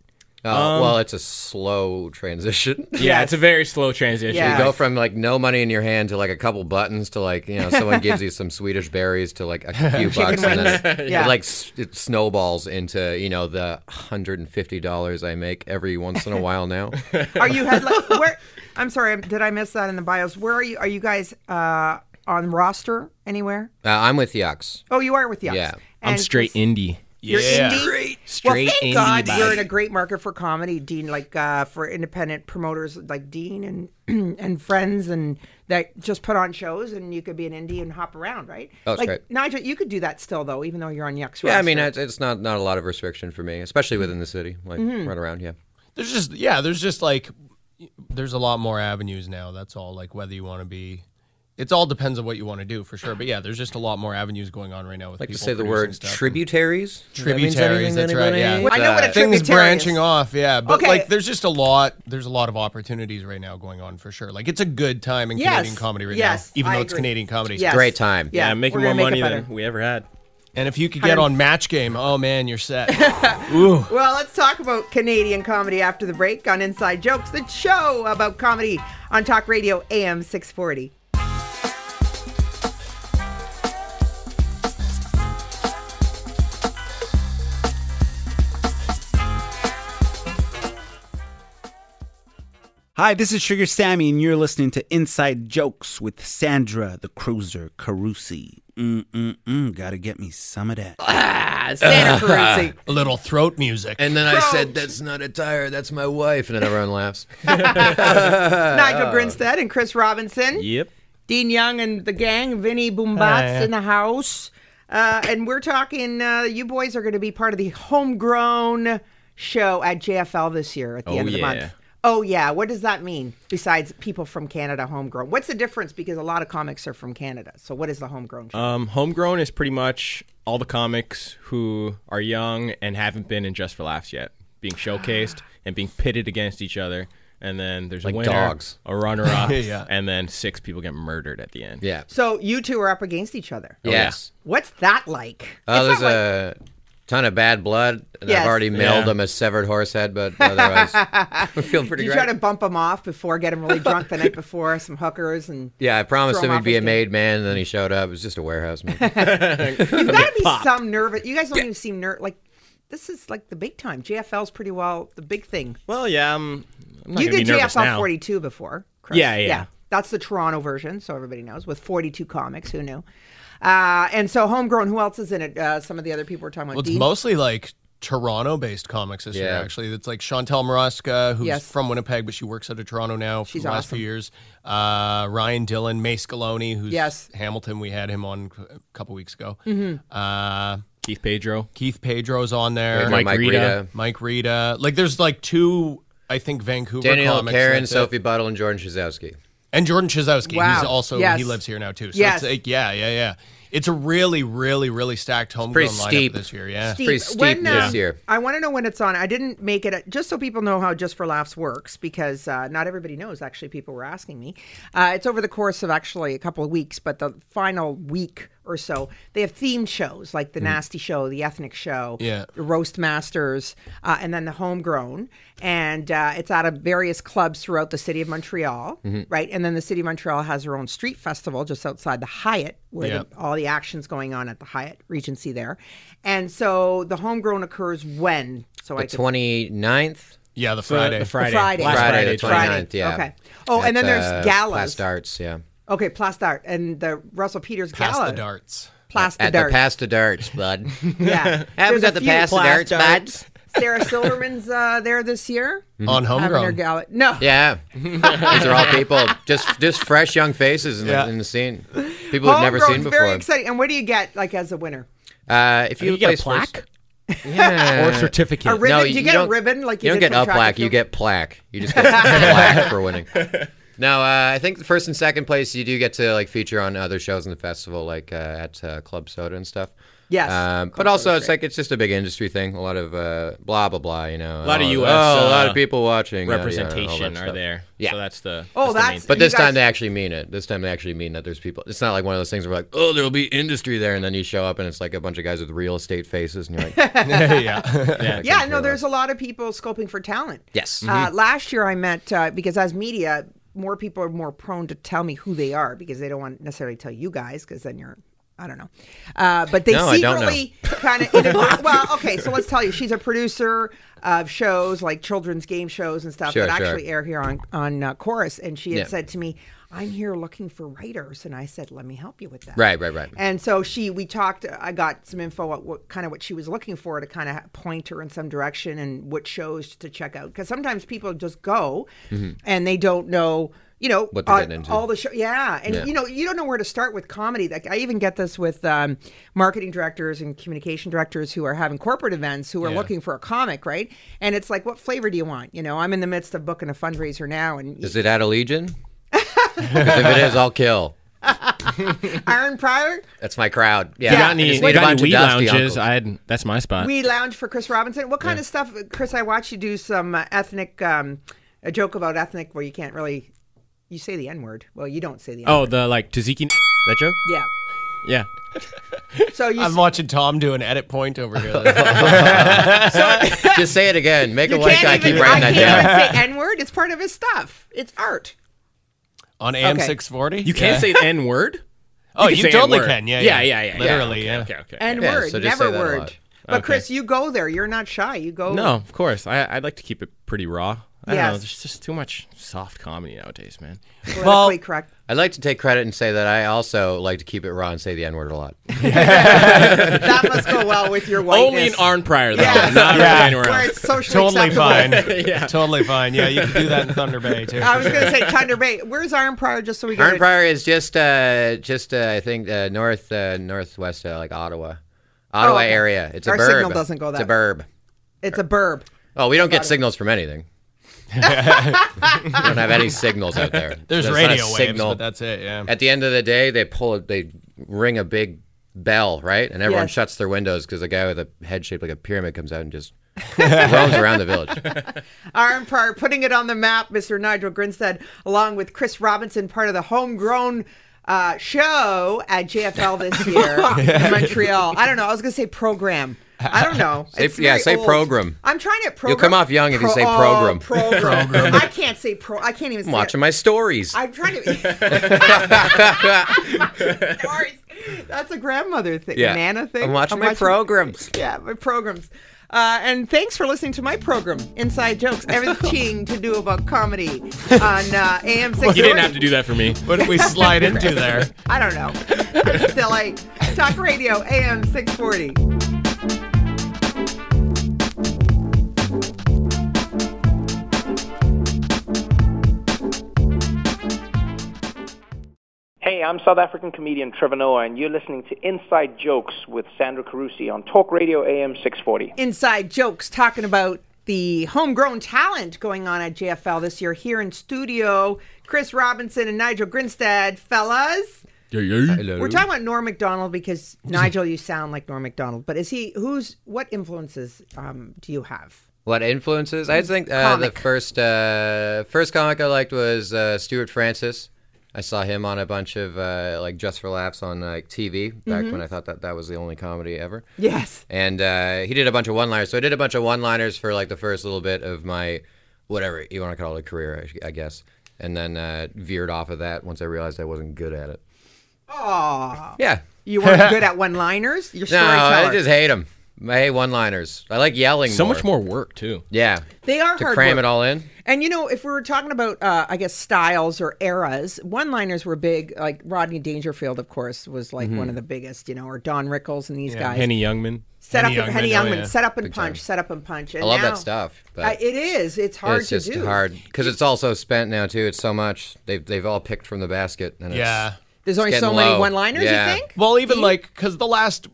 Oh,
Um,
well, it's a slow transition.
Yeah, it's a very slow transition.
Yeah.
You go from like no money in your hand to like a couple buttons to like you know someone gives you some Swedish berries to like a few bucks and then it,
Yeah.
it, like s- it snowballs into you know the hundred and fifty dollars I make every once in a while now. Uh,
Are you headline? where? I'm sorry, did I miss that in the bios? Where are you? Are you guys uh, on roster anywhere?
Uh, I'm with Yucks.
Oh, you are with Yucks.
Yeah.
I'm
And
straight indie.
You're
Yeah.
indie.
Straight
well, thank
indie
God
body.
you're in a great market for comedy, Dean. Like uh, for independent promoters like Dean and and friends and that just put on shows, and you could be an indie and hop around, right?
Oh, it's
like
great.
Nigel, you could do that still though, even though you're on Yucks.
Yeah, I
roster.
mean it's, it's not not a lot of restriction for me, especially within the city, like
Mm-hmm.
right around. Yeah,
There's just yeah, there's just like there's a lot more avenues now. That's all. Like whether you want to be, it's all depends on what you want to do for sure. But yeah, there's just a lot more avenues going on right now with
like to
people
say the
producing
word
stuff.
tributaries.
Tributaries, that's right, yeah.
I know what a
Things
tributary
branching
is.
off, yeah. But
Okay.
like, there's just a lot. There's a lot of opportunities right now going on for sure. Like, it's a good time in
Yes,
Canadian comedy right
yes,
now, even
I
though it's
agree.
Canadian comedy.
Yes.
Great time.
Yeah,
Yeah, I'm making
we're
more
gonna
money
make it
than
better.
we ever had.
And if you could get on Match Game, oh man, you're set.
Well, let's talk about Canadian comedy after the break on Inside Jokes, the show about comedy on Talk Radio AM 640.
Hi, this is Sugar Sammy, and you're listening to Inside Jokes with Sandra the Cruiser Carusi. Mm-mm-mm, gotta get me some of that.
Ah, Santa Carusi.
a little throat music.
And then I said, "That's not a tire. That's my wife." And then everyone laughs.
Nigel Grinstead and Chris Robinson.
Oh. Yep.
Dean Young and the gang, Vinny Boombats in the house. Uh, and we're talking, uh, you boys are going to be part of the homegrown show at JFL this year at the
Oh,
end of the
yeah.
month. Oh, yeah. What does that mean besides people from Canada homegrown? What's the difference? Because a lot of comics are from Canada. So, what is the homegrown show?
Um, Homegrown is pretty much all the comics who are young and haven't been in Just for Laughs yet, being showcased and being pitted against each other. And then there's
Like
a winner,
dogs.
a runner-up,
Yeah.
and then six people get murdered at the end.
Yeah.
Oh,
so, you two are up against each other.
Yes.
What's that like?
Uh,
Oh,
It's
there's
not like-
a ton of bad blood, and
Yes.
I've already mailed
Yeah.
him a severed horse head, but otherwise, I feel
do
pretty
you
great.
try to bump them off before, get them really drunk the night before, some hookers, and
yeah, I promised
throw
him
him
he'd
off
be
his
a
game?
made man, and then he showed up. It was just a warehouse man.
You've got to be some nervous. You guys don't even seem nervous. Like this is like the big time. JFL's pretty well the big thing.
Well, yeah, I'm, I'm not
you
gonna
did
be nervous
JFL
now.
42 before. Chris.
Yeah, yeah.
That's the Toronto version, so everybody knows with 42 comics. Who knew? Uh, and so homegrown. Who else is in it? Uh, some of the other people we're talking about.
Well, it's
Dean?
mostly like Toronto-based comics this year.
Yeah.
Actually, it's like Chantel Maraska, who's
Yes.
from Winnipeg, but she works out of Toronto now for
She's
the last
awesome.
few years. Uh, Ryan Dillon, May Scaloni, who's
Yes. Mm-hmm.
Hamilton. We had him on a couple weeks ago. Uh,
Keith Pedro.
Keith Pedro's on there.
Pedro,
Mike Rita.
Mike Rita. Like, there's like two. I think Vancouver
Daniel
comics.
Karen,
that's it.
Sophie Buttle, and Jordan Shazowski.
and Jordan Chizowski.
Wow.
He's also
Yes.
he lives here now too. So
Yes.
it's like, yeah, yeah, yeah. It's a really, really, really stacked homegrown
pretty
lineup
steep.
this year. Yeah.
Steve,
Pretty steep
when,
this
um,
year.
I want to know when it's on. I didn't make it just so people know how Just for Laughs works because uh, not everybody knows. Actually, people were asking me. Uh, it's over the course of actually a couple of weeks, but the final week or so, they have themed shows like the
Mm-hmm.
Nasty Show, the Ethnic Show,
Yeah.
the Roast Masters, uh, and then the Homegrown. And uh, it's out of various clubs throughout the city of Montreal, right? And then the city of Montreal has their own street festival just outside the Hyatt, where the-
Yeah.
all the actions going on at the Hyatt Regency there. And so the homegrown occurs when? So I
The
could
29th?
Yeah, the Friday.
uh,
The Friday.
Friday.
Last
Friday,
Friday.
the 29th, yeah.
Okay. Oh, and then
At, uh,
there's galas.
Plast Arts, yeah.
Okay, Plastart and the Russell Peters
Pass
Gala.
the darts.
Plastic
At the
dart.
pasta darts, bud.
yeah.
Happens
There's a
at the
few
pasta darts, bud.
darts.
Sarah Silverman's uh, there this year.
on
Having her
homegrown.
gala. No.
Yeah, these are all people just just fresh young faces in, the, in the scene. People who've never seen
Homegrown's
before.
very exciting. And what do you get like as a winner?
Uh, if you,
You get a
place first-
plaque
yeah.
or a certificate.
A ribbon?
No,
do you, get a
don't-
ribbon like you,
you don't
did
get
for track
a
and
plaque. You
field?
get plaque. You just get plaque for winning. No, uh, I think the first and second place you do get to like feature on other shows in the festival, like uh, at uh, Club Soda and stuff.
Yes.
Um, but also, it's like it's just a big industry thing. A lot of uh, blah blah blah. You know, a
lot of US,
Oh, a lot
uh,
of people watching. uh, yeah, all that
representation are
stuff.
there.
Yeah.
So that's the.
Oh,
the main
that's-
thing.
But this
You guys-
time they actually mean it. This time they actually mean that there's people. It's not like one of those things where like, oh, there'll be industry there, and then you show up and it's like a bunch of guys with real estate faces, and you're like,
yeah.
yeah, no, there's a lot of people scoping for talent.
yes, Mm-hmm.
Uh, last year, I met uh, because as media, more people are more prone to tell me who they are because they don't want to necessarily tell you guys because then you're. I don't know, uh, but they
No, I don't know.
secretly kind of. in a- Well, okay, so let's tell you, she's a producer of shows like children's game shows and stuff
Sure,
that
sure.
actually air here on on uh, Chorus, and she had
Yeah.
said to me, "I'm here looking for writers," and I said, "Let me help you with that."
right, right, right.
And so she, we talked. I got some info what, what kind of what she was looking for to kind of point her in some direction and what shows to check out. Because sometimes people just go and they don't know, you know,
Mm-hmm. What they're
uh,
getting into.
all the show. Yeah, and you know, you don't know where to start with comedy. Like I even get this with um, marketing directors and communication directors who are having corporate events who are looking for a comic, right? And it's like, what flavor do you want? You know, I'm in the midst of booking a fundraiser now, and
Is it at a legion? 'Cause if it is, I'll kill.
Aaron Pryor,
That's my crowd. Yeah,
You got
I
any,
just
you
need a
got
bunch
any
of
weed
dusty
lounges?
uncles.
I had, that's my spot.
We lounge for Chris Robinson. What kind of stuff, Chris? I watched you do some uh, ethnic, um, a joke about ethnic where you can't really, you say the N word. Well, you don't say the N word.
oh, the like tzatziki. That joke?
Oh.
Yeah.
Yeah.
So you,
I'm watching Tom do an edit point over here.
Just say it again. Make
you
a white guy
can't even,
keep
I
writing that
can't
down.
even say N word. It's part of his stuff. It's art.
on AM
Okay.
640?
You can't say the N word?
Oh, you,
can say
totally
N-word.
can. Yeah,
yeah, yeah, yeah.
Literally, yeah.
Okay, okay, okay.
N
Yeah,
word,
so just say
never
that a
word.
lot.
But
Okay.
Chris, you go there. You're not shy. You go.
No, of course. I, I'd like to keep it pretty raw. I don't know.
Yes.
There's just too much soft comedy nowadays, man.
politically
Well-
correct.
I'd like to take credit and say that I also like to keep it raw and say the N word a lot.
That must go well with your whiteness.
Only in Arn Pryor, though.
Yeah.
Not
Yeah.
really anywhere
Where
else.
it's socially
totally
acceptable.
fine. Totally fine. Yeah, you can do that in Thunder Bay, too.
Uh,
I was going to say Thunder Bay. Where's Aaron Pryor? Just so we get
Arn
it-
Pryor is just uh, just uh, I think uh, north uh, northwest uh, like Ottawa,
Oh,
Ottawa
okay.
area. It's a
Our
burb.
signal doesn't go
It's a
that-
burb.
It's a burb.
Oh, we don't get signals from anything. we don't have any signals out there.
There's
not a
radio waves,
signal.
but that's it, yeah.
At the end of the day, they pull it. They ring a big bell, right? And everyone
Yes.
shuts their windows because a guy with a head shaped like a pyramid comes out and just roams around the village.
Iron Pryor putting it on the map, Mr. Nigel Grinstead, along with Chris Robinson, part of the homegrown uh, show at JFL this year in Montreal. I don't know. I was going to say program. I don't know.
Say-
It's
yeah,
very
say
old.
program.
I'm trying to program.
You'll come off young if you say
oh,
program.
program. I can't say pro. I can't even say
I'm watching
it.
my stories.
I'm trying to. Sorry. That's a grandmother thing,
Yeah.
Nana thing.
I'm watching my programs.
Yeah, my programs. Uh, and thanks for listening to my program, Inside Jokes, everything to do about comedy on uh, AM 6.
You didn't have to do that for me.
What did we slide into there?
I don't know. I'm still like Talk Radio, AM 640.
Hey, I'm South African comedian Trevor Noah, and you're listening to Inside Jokes with Sandra Carusi on Talk Radio AM 640.
inside jokes talking about the homegrown talent going on at JFL this year here in studio. Chris Robinson and Nigel Grinstead, fellas. We're talking about Norm Macdonald because Nigel, you sound like Norm Macdonald. But is he who's what influences um, do you have?
What influences? I think uh, the
Comic.
first uh, first comic I liked was uh, Stuart Francis. I saw him on a bunch of uh, like Just for Laughs on like TV back
Mm-hmm.
when I thought that that was the only comedy ever.
Yes.
And uh, he did a bunch of one liners. So I did a bunch of one liners for like the first little bit of my whatever you want to call it a career, I, I guess. And then uh, veered off of that once I realized I wasn't good at it.
Aw.
Yeah.
You weren't good at one liners? You're
No,
storyteller.
I just hate him. Hey, one-liners. I like yelling.
So much more
work too. Yeah,
They are
to
hard
cram
work.
it all in.
And you know, if we were talking about, uh, I guess, styles or eras, one-liners were big. Like Rodney Dangerfield, of course, was like
Mhm.
Mm-hmm.
one of the biggest. You know, or Don Rickles and these
Yeah,
guys.
Henny Youngman.
Set
Henny
up, and Henny
Youngman, oh,
Youngman.
yeah.
Set up and
Big
punch. Set up and punch. And
I love that
now-
stuff, but-
Uh, it is. It's hard
it's
to
just
do.
hard because it's also spent now too. It's so much. They've they've all picked from the basket. And
Yeah.
it's,
There's
it's
only
getting
so many
low.
one-liners, you
Yeah.
think?
Well, even like because the last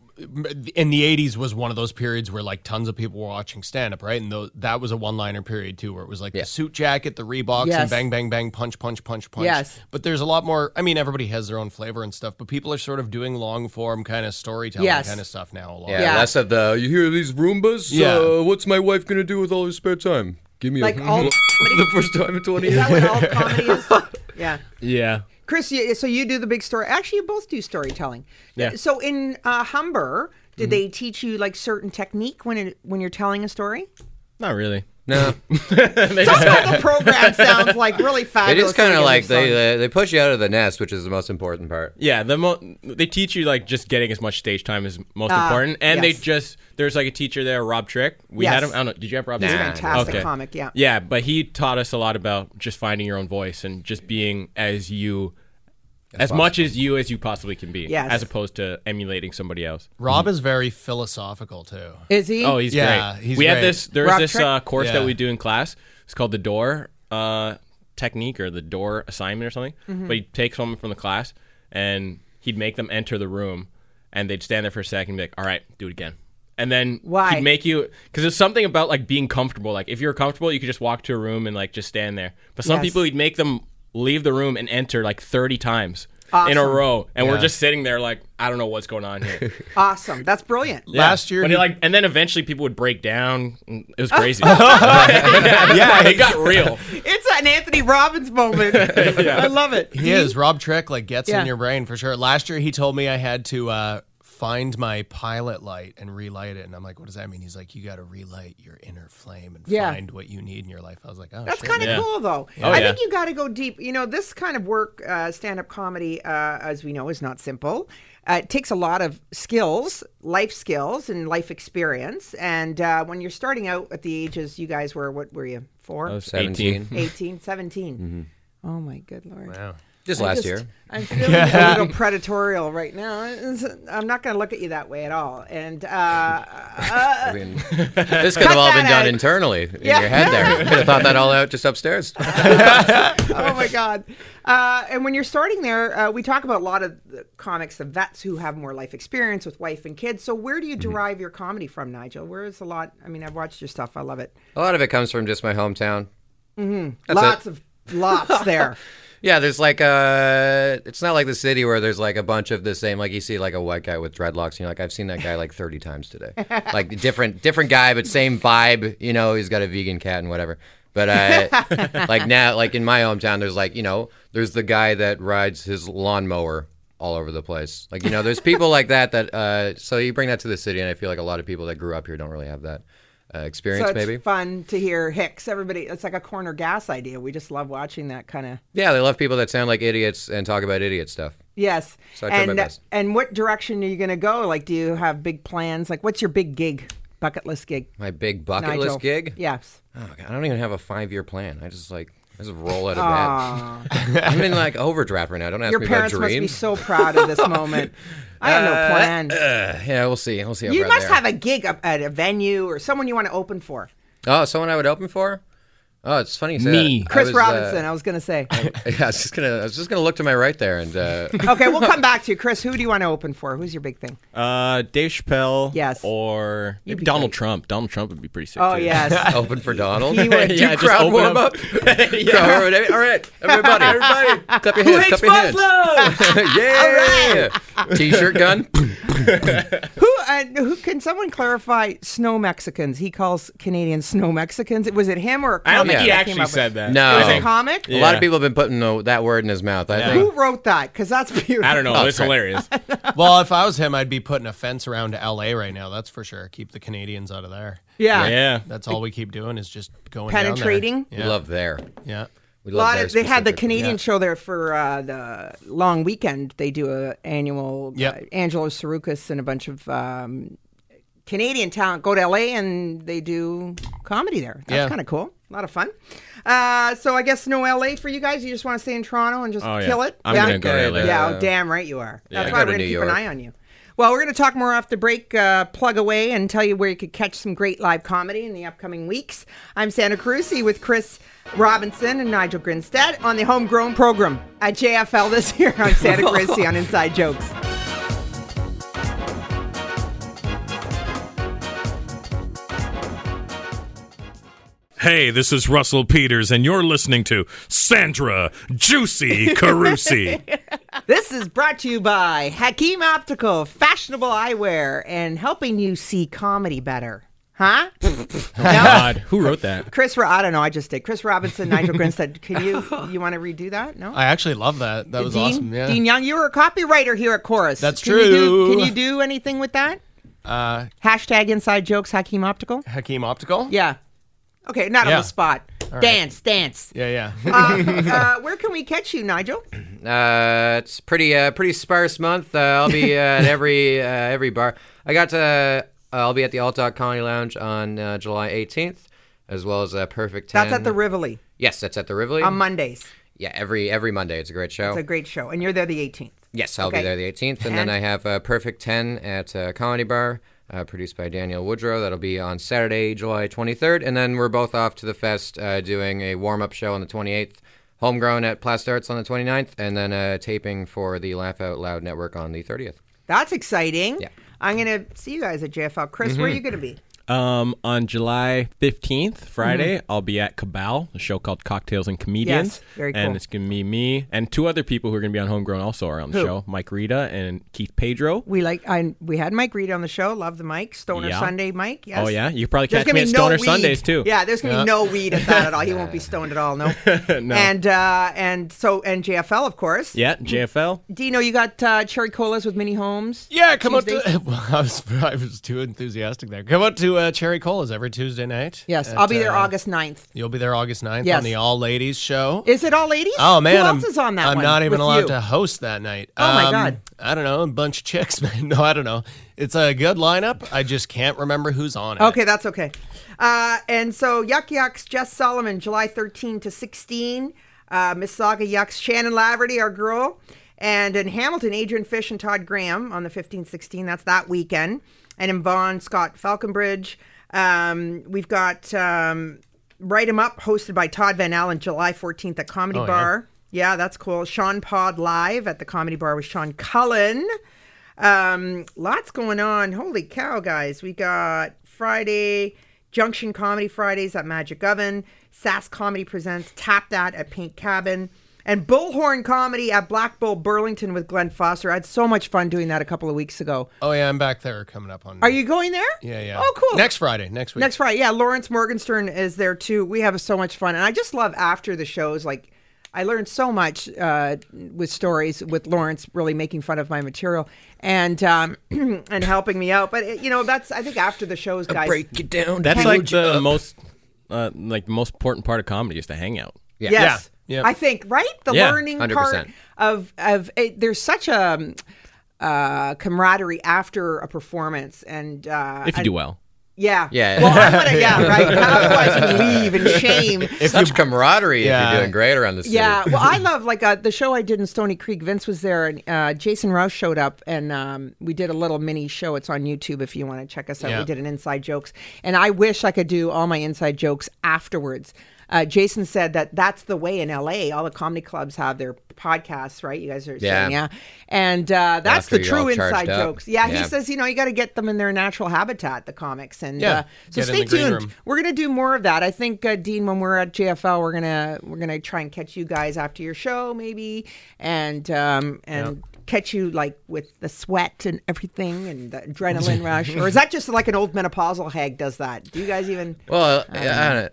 in the '80s was one of those periods where like tons of people were watching stand up, right? And tho- that was a one-liner period too, where it was like the suit jacket, the Reeboks,
Yes.
and bang, bang, bang, punch, punch, punch, punch.
Yes.
But there's a lot more. I mean, everybody has their own flavor and stuff, but people are sort of doing long-form kind of storytelling
Yes.
kind of stuff now a lot.
Yeah, less of the you hear these Roombas.
Yeah.
Uh, what's my wife gonna do with all her spare time? Give me
Like
a
all-
for the first time in twenty
Is
years.
that what all comedy is? Yeah.
Yeah.
Chris, you, so you do the big story. Actually, you both do storytelling.
Yeah.
So in uh, Humber, did they teach you like certain technique when it, when you're telling a story?
Not really.
No.
Somehow the program sounds like really
They
fabulous.
just kind
when
of
you
like they,
get
they they push you out of the nest, which is the most important part.
Yeah, the mo- they teach you like just getting as much stage time is most
Ah,
important, and
yes.
they just there's like a teacher there, Rob Trick. We had
Yes.
him. I don't know. Did you have Rob?
He's a
Trick?
fantastic comic, yeah.
Yeah, but he taught us a lot about just finding your own voice and just being as you, as, much as you as you possibly can be.
Yes.
As opposed to emulating somebody else.
Rob is very philosophical too.
Is he?
Oh, he's
yeah,
great.
He's
we have
great.
this. There's this uh, course
Yeah.
that we do in class. It's called the door uh, technique or the door assignment or something.
Mm-hmm.
Mhm.
But he'd take someone from the class and he'd make them enter the room, and they'd stand there for a second, and be like, "All right, do it again." And then
Why?
he'd make you because there's something about like being comfortable. Like if you're comfortable, you could just walk to a room and like just stand there. But some
Yes.
people he'd make them leave the room and enter like 30 times in a
Awesome.
row, and we're
Yeah.
just sitting there like I don't know what's going on here.
Awesome. That's brilliant.
Yeah.
Last year
But
he-
it, like, and then eventually people would break down. and It was crazy.
Yeah.
yeah, it got real.
It's an Anthony Robbins moment. I love it.
He is. Rob Trick like gets
Yeah.
in your brain for sure. Last year he told me I had to uh, find my pilot light and relight it, and I'm like, what does that mean? He's like, you got to relight your inner flame and
Yeah.
find what you need in your life. I was like, oh,
That's
shit.
kind of cool, though.
Oh,
I
yeah.
think you got to go deep. You know, this kind of work, uh, stand up comedy, uh, as we know, is not simple. Uh, it takes a lot of skills, life skills, and life experience. And uh, when you're starting out at the ages you guys were, what were you? Four?
I was 17.
18, 17.
Mm-hmm.
Oh, my good Lord.
Just
I
last year.
I'm feeling
Yeah.
a little predatorial right now. It's- I'm not going to look at you that way at all. And uh, uh,
I mean, this could have
Cut
all been
that
done
out.
internally in
Yeah.
your head there. You could have thought that all out just upstairs.
oh my god uh, and when you're starting there uh, we talk about a lot of the comics the vets who have more life experience with wife and kids so where do you
Mm-hmm.
derive your comedy from nigel where is a lot i mean i've watched your stuff i love it
A lot of it comes from just my hometown.
hmm
That's
lots
it.
of lots there
Yeah, there's like a. It's not like the city where there's like a bunch of the same. Like you see like a white guy with dreadlocks, and you're like, I've seen that guy like 30 times today. like different different guy, but same vibe. You know, he's got a vegan cat and whatever. But uh, like now, like in my hometown, there's like you know, there's the guy that rides his lawnmower all over the place. Like you know, there's people like that. That uh, so you bring that to the city, and I feel like a lot of people that grew up here don't really have that uh,
so
experience.
it's
maybe
fun to hear hicks everybody it's like a corner gas idea we just love watching that kind of
yeah, they love people that sound like idiots and talk about idiot stuff.
yes
So I tried my
and
best.
and what direction are you going to go like do you have big plans like what's your big gig bucket list gig
My big bucket
Nigel.
list gig?
yes
Oh, God, I don't even have a five year plan. I just like I just roll out
Aw.
of bed. I'm in like overdraft right now. Don't ask
your
me
parents
about
must be
dreams.
so proud of this moment i have no plan
Uh, yeah, we'll see. We'll see. how
you
we're
must
there.
have a gig up at a venue or someone you want to open for.
Oh, someone I would open for? Oh, it's funny. You say
Me.
that. I
Chris
was, uh,
Robinson, I was going to say.
yeah, I was just gonna. I was just gonna look to my right there, and uh,
okay, we'll come back to you. Chris, who do you want to open for? Who's your big thing?
Uh, Dave Chappelle.
Yes.
Or
You'd
maybe
be
Donald Trump. Donald Trump would be pretty sick.
Oh,
too.
yes.
Open for Donald.
He would.
Do crowd warm up. yeah. All right, everybody, everybody, clap your
Who
hands,
hates
clap your hands. yeah. T-shirt gun.
Who uh, who can someone clarify snow Mexicans? He calls Canadians snow Mexicans. Was it him or a comic?
I don't think he
that
actually
came up with-
said that. Oh.
No.
It was a comic?
A lot of people have been putting the, that word in his mouth. I think.
Who wrote that? Because that's beautiful.
hilarious.
well, if I was him, I'd be putting a fence around L.A. right now. That's for sure. Keep the Canadians out of there.
Yeah. Yeah.
That's all we keep doing is just going
Penetrating.
Down
We
there. Yeah.
love there.
Yeah.
We
A lot
there
of, they had the
specifically.
Canadian show there for uh, the long weekend. They do a annual
Yep.
uh, Angelo Sarukis and a bunch of um, Canadian talent go to LA and they do comedy there. That's
Yeah.
kind of cool. A lot of fun. Uh, so I guess no LA for you guys. You just want to stay in Toronto and just
Oh, yeah.
kill it.
I'm
yeah?
gonna go to LA.
Yeah, oh, damn right you are.
Yeah.
That's
I
why
go
we're gonna
to New
keep an
York.
eye on you. Well, we're going to talk more off the break, uh, plug away, and tell you where you could catch some great live comedy in the upcoming weeks. I'm Santa Cruci with Chris Robinson and Nigel Grinstead on the Homegrown program at JFL this year on Santa Cruci on Inside Jokes.
Hey, this is Russell Peters, and you're listening to Sandra Juicy Carusi.
This is brought to you by Hakeem Optical, fashionable eyewear, and helping you see comedy better. Huh?
Oh, God. Who wrote that?
Chris, Ro- I don't know. I just did. Chris Robinson, Nigel Grinstead. Can you you want to redo that? No.
I actually love that. That was
Dean,
awesome. Yeah.
Dean Young, you were a copywriter here at Chorus.
That's
Can You do,
true.
can you do anything with that?
uh,
Hashtag inside jokes, Hakeem Optical.
Hakeem Optical.
Yeah. Okay, not on
Yeah.
the spot.
All right.
Dance, dance.
Yeah,
uh, uh, where can we catch you, Nigel?
Uh, it's pretty uh, pretty sparse month. Uh, I'll be uh, at every uh, every bar. I got to. Uh, I'll be at the Altoc Colony Lounge on uh, July 18th, as well as uh, Perfect Ten.
That's at the Rivoli
Yes, that's at the Rivoli
on Mondays.
Yeah, every every Monday. It's a great show.
It's
Oh.
a great show, and you're there the 18th.
Yes, I'll
Okay.
be there the 18th, and,
And-
then I have uh, Perfect 10 at uh, Comedy Bar, uh, produced by Daniel Woodrow. That'll be on Saturday, July 23rd, and then we're both off to the fest uh, doing a warm-up show on the 28th, Homegrown at Plastarts on the 29th, and then uh, taping for the Laugh Out Loud Network on the 30th.
That's exciting. I'm going to see you guys at JFL. Chris,
Mm-hmm.
where are
Mhm.
you going to be?
Um, on July 15th, Friday, I'll be at Cabal, a show called Cocktails and Comedians.
Mm-hmm. Yes, very cool.
And it's going to be me and two other people who are going to be on Homegrown also are on the
Who?
show Mike Rita and Keith Pedro.
We like I we had Mike Reed on the show. Love the Mike Stoner
Yeah.
Sunday, Mike. Yes.
Oh, yeah? You probably
There's
catch
gonna
me
be
at Stoner
weed.
Sundays, too.
Yeah, there's gonna
Yeah.
be no weed at that at all. He won't be stoned at all. No.
No.
And uh, and so and JFL of course.
yeah, JFL.
Dino, you got uh, cherry colas with mini homes.
Yeah, come out
Tuesdays?
to. Well, I was I was too enthusiastic there. Come out to uh, Cherry Colas every Tuesday night.
Yes,
at,
I'll be there
uh,
August 9th.
You'll be there August 9th
Yes.
on the All Ladies show.
Is it all ladies?
Oh man,
who
I'm,
else is on that
I'm
one
not even
with
allowed
you?
to host that night. Um,
Oh, my God.
I don't know, a bunch of chicks, man. No, I don't know. It's a good lineup. I just can't remember who's on it.
Okay, that's okay. Uh, and so Yuck Yucks, Jess Solomon, July 13 to 16. Uh, Miss Saga Yucks, Shannon Laverty, our girl. And in Hamilton, Adrian Fish and Todd Graham on the 15 16. That's that weekend. And in Vaughan, Scott Falconbridge. Um, we've got um, Write 'em Up, hosted by Todd Van Allen, July 14th at Comedy
Oh, yeah.
Bar. Yeah, that's cool. Sean Pod live at the Comedy Bar with Sean Cullen. Um, lots going on. Holy cow, guys. We got Friday, Junction Comedy Fridays at Magic Oven, Sass Comedy Presents Tap That at Paint Cabin, and Bullhorn Comedy at Black Bull Burlington with Glenn Foster. I had so much fun doing that a couple of weeks ago.
Oh yeah, I'm back there coming up on.
Are you going there?
Yeah, yeah.
Oh, cool.
Next Friday, next week.
Next Friday, yeah, Lawrence Morgenstern is there too. We have so much fun, and I just love after the shows. Like, I learned so much uh, with stories with Lawrence, really making fun of my material and um, and helping me out. But it, you know, that's I think after the shows, guys,
break it down.
That's
Hang-
like the most uh, like the most important part of comedy is the hangout.
Yes. I think right the
Yeah,
learning
100%.
part of of it, there's such a um, uh, camaraderie after a performance, and uh,
If you
and-
do well.
Yeah.
Yeah.
Well, I wanna, yeah, right. Otherwise, you leave in shame.
If Such camaraderie if
Yeah.
you're doing great around the city.
Yeah, well, I love like uh, the show I did in Stony Creek. Vince was there, and uh, Jason Rouse showed up, and um, we did a little mini show. It's on YouTube if you want to check us out.
Yeah.
We did an inside jokes, and I wish I could do all my inside jokes afterwards. Uh, Jason said that that's the way in LA. All the comedy clubs have their podcasts, right? You guys are
Yeah.
saying, yeah, and uh, that's
After
the
you're all
true inside
charged up.
jokes. Yeah,
Yeah.
he says you know you got to get them in their natural habitat, the comics, and
Yeah.
uh, so
Get in
stay
the green
tuned.
room.
We're gonna do more of that. I think uh, Dean, when we're at JFL, we're gonna we're gonna try and catch you guys after your show, maybe, and um, and catch you like with the sweat and everything and the adrenaline rush. Or is that just like an old menopausal hag does that? Do you guys even?
Well,
I
I
don't
don't,
know.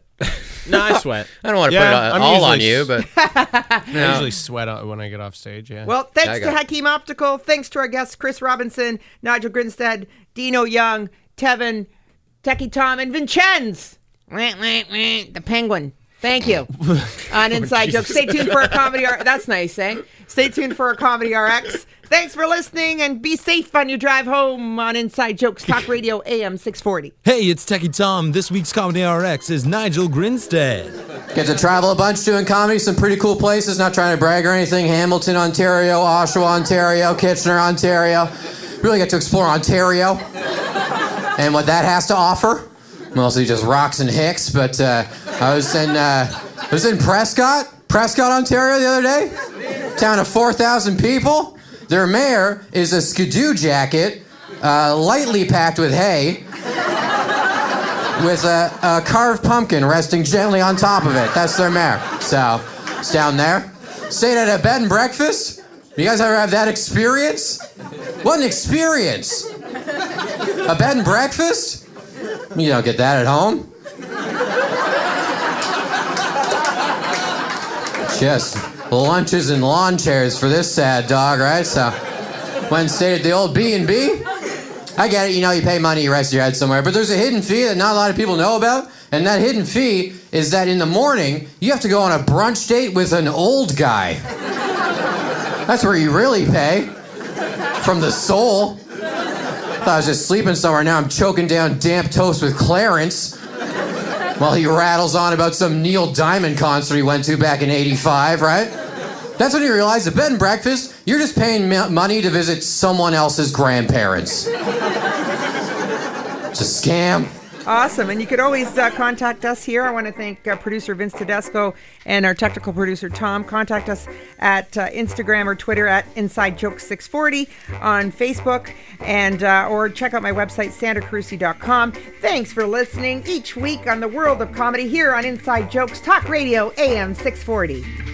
No, I sweat.
I don't want to
Yeah,
put it
I'm
all, all on
usually
you,
s-
but
I
No.
usually sweat out when I get off stage. Yeah.
Well, thanks to Hakeem Optical. Thanks to our guests Chris Robinson, Nigel Grinstead, Dino Young, Tevin, Techie Tom, and Vincenz. Wah, wah, wah, The Penguin. Thank you. On Inside Jokes. Stay tuned for a comedy. R- That's nice, eh? Stay tuned for a comedy RX. Thanks for listening, and be safe on your drive home on Inside Jokes Talk Radio AM six forty.
Hey, it's Techie Tom. This week's Comedy RX is Nigel Grinstead.
Get to travel a bunch doing comedy, some pretty cool places, not trying to brag or anything. Hamilton, Ontario, Oshawa, Ontario, Kitchener, Ontario. Really get to explore Ontario and what that has to offer. Mostly just rocks and hicks, but uh, I was in uh, I was in Prescott, Prescott, Ontario the other day. Town of 4,000 people. Their mayor is a skidoo jacket, uh, lightly packed with hay with a, a carved pumpkin resting gently on top of it. That's their mare. So it's down there. Stayed at a bed and breakfast. You guys ever have that experience? What an experience! A bed and breakfast? You don't get that at home. Just lunches and lawn chairs for this sad dog, right? So when stayed at the old B and B. I get it. You know, you pay money, you rest your head somewhere. But there's a hidden fee that not a lot of people know about. And that hidden fee is that in the morning, you have to go on a brunch date with an old guy. That's where you really pay from the soul. Thought I was just sleeping somewhere. Now I'm choking down damp toast with Clarence while he rattles on about some Neil Diamond concert he went to back in 85, right? That's when you realize the bed and breakfast, you're just paying m- money to visit someone else's grandparents. It's a scam.
Awesome. And you could always uh, contact us here. I want to thank uh, producer Vince Tedesco and our technical producer Tom. Contact us at uh, Instagram or Twitter at Inside Jokes 640 on Facebook and uh, or check out my website, sandracarusi.com. Thanks for listening each week on the world of comedy here on Inside Jokes Talk Radio AM 640.